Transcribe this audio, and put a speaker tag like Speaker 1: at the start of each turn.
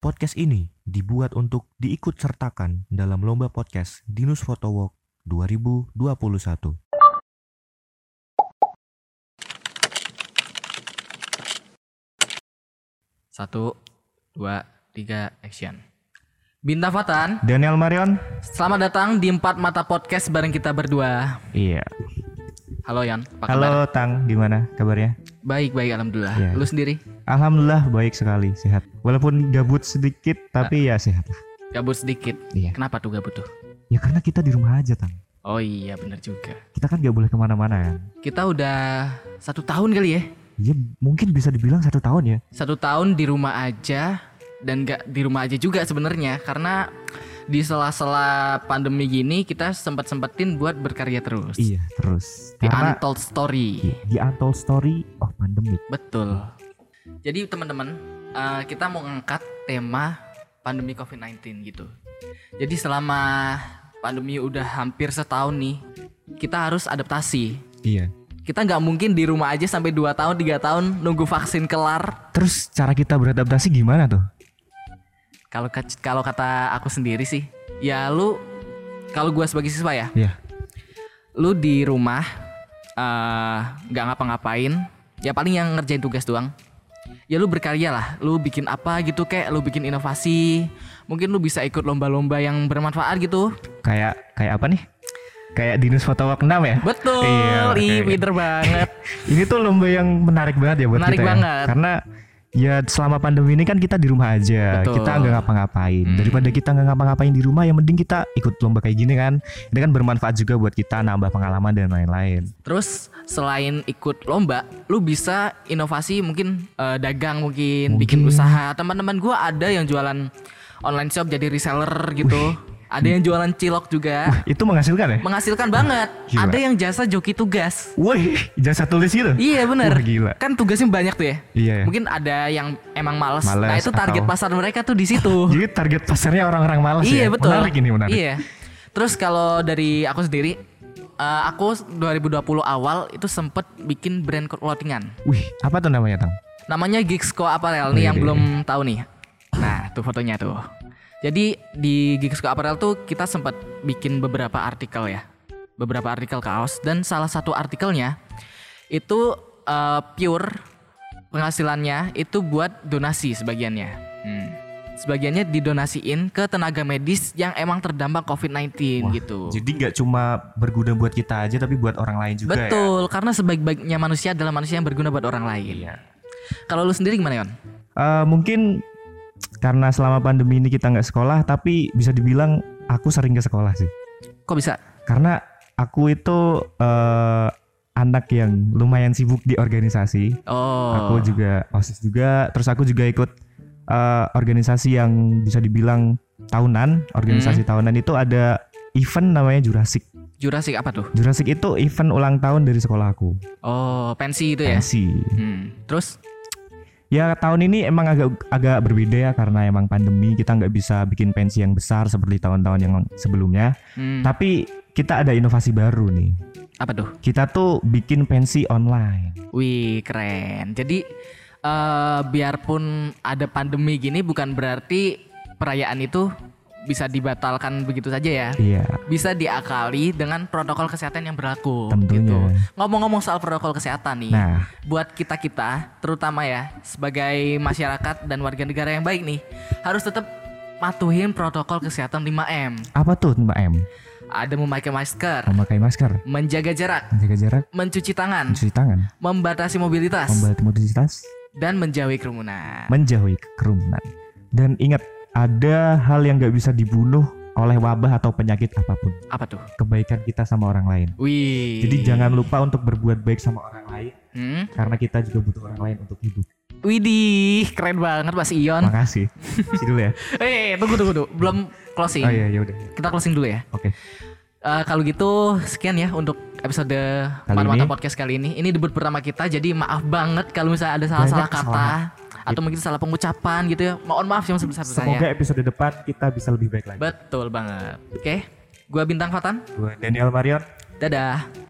Speaker 1: Podcast ini dibuat untuk diikut sertakan dalam lomba podcast Dinus Photowalk 2021.
Speaker 2: Satu, dua, tiga, action. Bintang Fatan,
Speaker 1: Daniel Marion?
Speaker 2: selamat datang di Empat Mata Podcast bareng kita berdua.
Speaker 1: Iya.
Speaker 2: Halo Yan, apa kabar?
Speaker 1: Halo Tang, gimana kabarnya?
Speaker 2: Baik, baik, alhamdulillah.
Speaker 1: Iya.
Speaker 2: Lu sendiri?
Speaker 1: Alhamdulillah baik sekali, sehat. Walaupun gabut sedikit tapi ya sehat lah.
Speaker 2: Gabut sedikit.
Speaker 1: Iya.
Speaker 2: Kenapa tuh gabut tuh?
Speaker 1: Ya karena kita di rumah aja Tang.
Speaker 2: Oh iya, bener juga.
Speaker 1: Kita kan gak boleh kemana-mana kan.
Speaker 2: Kita udah satu tahun kali ya.
Speaker 1: Ya mungkin bisa dibilang satu tahun ya.
Speaker 2: Satu tahun di rumah aja dan gak di rumah aja juga sebenarnya karena di sela-sela pandemi gini kita sempat-sempatin buat berkarya terus.
Speaker 1: Iya terus.
Speaker 2: Di
Speaker 1: Karena Iya.
Speaker 2: Untold Story.
Speaker 1: di, di Untold Story of Pandemic.
Speaker 2: Betul. Jadi teman-teman, eh, kita mau ngangkat tema pandemi COVID-19 gitu. Jadi selama pandemi udah hampir setahun nih, kita harus adaptasi.
Speaker 1: Iya.
Speaker 2: Kita nggak mungkin di rumah aja sampai 2 tahun, 3 tahun nunggu vaksin kelar.
Speaker 1: Terus cara kita beradaptasi gimana tuh?
Speaker 2: Kalau ka- kalau kata aku sendiri sih, ya lu kalau gua sebagai siswa ya,
Speaker 1: Iya.
Speaker 2: lu di rumah eh, nggak ngapa-ngapain ya paling yang ngerjain tugas doang ya lu berkarya lah lu bikin apa gitu kayak lu bikin inovasi mungkin lu bisa ikut lomba-lomba yang bermanfaat gitu
Speaker 1: Kayak kayak apa nih? Kayak Dinus Photowalk 6 ya?
Speaker 2: betul
Speaker 1: Iya, oke.
Speaker 2: ih pinter banget
Speaker 1: Ini tuh lomba yang menarik banget ya buat
Speaker 2: Menarik
Speaker 1: kita ya.
Speaker 2: banget.
Speaker 1: Karena ya selama pandemi ini kan kita di rumah aja.
Speaker 2: Betul.
Speaker 1: Kita nggak ngapa-ngapain.
Speaker 2: Hmm.
Speaker 1: Daripada kita nggak ngapa-ngapain di rumah, yang mending kita ikut lomba kayak gini kan. Ini kan bermanfaat juga buat kita nambah pengalaman dan lain-lain.
Speaker 2: terus selain ikut lomba lu bisa inovasi mungkin eh, dagang mungkin, bikin
Speaker 1: Mungkin.
Speaker 2: usaha teman-teman gua ada yang jualan online shop jadi reseller gitu ada yang jualan cilok juga
Speaker 1: Itu menghasilkan ya?
Speaker 2: menghasilkan banget.
Speaker 1: Gila.
Speaker 2: Ada yang jasa joki tugas.
Speaker 1: Wih, jasa tulis gitu.
Speaker 2: Iya bener.
Speaker 1: Wah, gila.
Speaker 2: Kan tugasnya banyak tuh ya.
Speaker 1: Iya. ya.
Speaker 2: Mungkin ada yang emang males.
Speaker 1: Males
Speaker 2: nah itu target
Speaker 1: atau-
Speaker 2: pasar mereka tuh di situ.
Speaker 1: Jadi target pasarnya orang-orang malas ya.
Speaker 2: iya betul.
Speaker 1: Menarik ini menarik.
Speaker 2: Iya. Terus kalau dari aku sendiri, eh, aku 2020 awal itu sempet bikin brand clothingan.
Speaker 1: Wih, apa tuh namanya, Tang?
Speaker 2: Namanya Gixco Apparel nih yang
Speaker 1: Wih.
Speaker 2: belum tahu nih. Nah tuh fotonya tuh. Jadi di Gixco Apparel tuh kita sempat bikin beberapa artikel ya. Beberapa artikel kaos dan salah satu artikelnya itu eh, pure penghasilannya itu buat donasi sebagiannya. Hmm. Sebagiannya didonasiin ke tenaga medis yang emang terdampak COVID-19
Speaker 1: Wah,
Speaker 2: gitu.
Speaker 1: Jadi nggak cuma berguna buat kita aja tapi buat orang lain juga ya.
Speaker 2: Betul, karena sebaik-baiknya manusia adalah manusia yang berguna buat orang lain.
Speaker 1: Iya.
Speaker 2: Kalau lu sendiri gimana, Yon?
Speaker 1: Eh, mungkin karena selama pandemi ini kita nggak sekolah tapi bisa dibilang aku sering ke sekolah sih
Speaker 2: Kok bisa?
Speaker 1: karena aku itu eh, anak yang lumayan sibuk di organisasi
Speaker 2: Oh.
Speaker 1: aku juga osis juga terus aku juga ikut eh, organisasi yang bisa dibilang tahunan organisasi tahunan itu ada event namanya Jurassic
Speaker 2: Jurassic apa tuh?
Speaker 1: Jurassic itu event ulang tahun dari sekolah aku
Speaker 2: Oh, pensi itu ya.
Speaker 1: Pensi.
Speaker 2: Hmm. Terus
Speaker 1: Ya tahun ini emang agak agak berbeda ya karena emang pandemi kita nggak bisa bikin pensi yang besar seperti tahun-tahun yang sebelumnya.
Speaker 2: hmm,
Speaker 1: Tapi kita ada inovasi baru nih.
Speaker 2: apa tuh?
Speaker 1: Kita tuh bikin pensi online.
Speaker 2: Wih, keren. Jadi eh biarpun ada pandemi gini bukan berarti perayaan itu bisa dibatalkan begitu saja ya.
Speaker 1: Iya,
Speaker 2: Bisa diakali dengan protokol kesehatan yang berlaku
Speaker 1: tentunya.
Speaker 2: gitu. Ngomong-ngomong soal protokol kesehatan nih,
Speaker 1: Nah,
Speaker 2: buat kita-kita terutama ya sebagai masyarakat dan warga negara yang baik nih, harus tetap patuhin protokol kesehatan 5M.
Speaker 1: apa tuh Mbak M?
Speaker 2: Ada memakai masker,
Speaker 1: Memakai masker,
Speaker 2: menjaga jarak,
Speaker 1: menjaga jarak,
Speaker 2: mencuci tangan,
Speaker 1: mencuci tangan,
Speaker 2: membatasi mobilitas,
Speaker 1: membatasi mobilitas,
Speaker 2: dan menjauhi kerumunan.
Speaker 1: menjauhi kerumunan. Dan ingat, ada hal yang nggak bisa dibunuh oleh wabah atau penyakit apapun.
Speaker 2: Apa tuh?
Speaker 1: Kebaikan kita sama orang lain.
Speaker 2: Wih.
Speaker 1: Jadi jangan lupa untuk berbuat baik sama orang lain.
Speaker 2: Hmm?
Speaker 1: karena kita juga butuh orang lain untuk hidup.
Speaker 2: Widih, keren banget Mas Ion.
Speaker 1: Makasih. Sih dulu ya.
Speaker 2: Eh, tunggu tunggu tunggu, belum closing.
Speaker 1: Oh iya ya udah.
Speaker 2: Kita closing dulu ya.
Speaker 1: Oke.
Speaker 2: Eh, kalau gitu sekian ya untuk episode
Speaker 1: Kali
Speaker 2: Mata-Mata
Speaker 1: ini.
Speaker 2: Podcast kali ini. Ini debut pertama kita, jadi maaf banget kalau misalnya ada salah-salah
Speaker 1: Banyak
Speaker 2: kata
Speaker 1: kesalahan.
Speaker 2: atau mungkin salah pengucapan gitu ya. Mohon maaf yang
Speaker 1: Semoga
Speaker 2: sebesar-besarnya.
Speaker 1: episode depan kita bisa lebih baik lagi.
Speaker 2: Betul banget. Oke. Gua Bintang Fatan.
Speaker 1: Gua Daniel Marion.
Speaker 2: Dadah.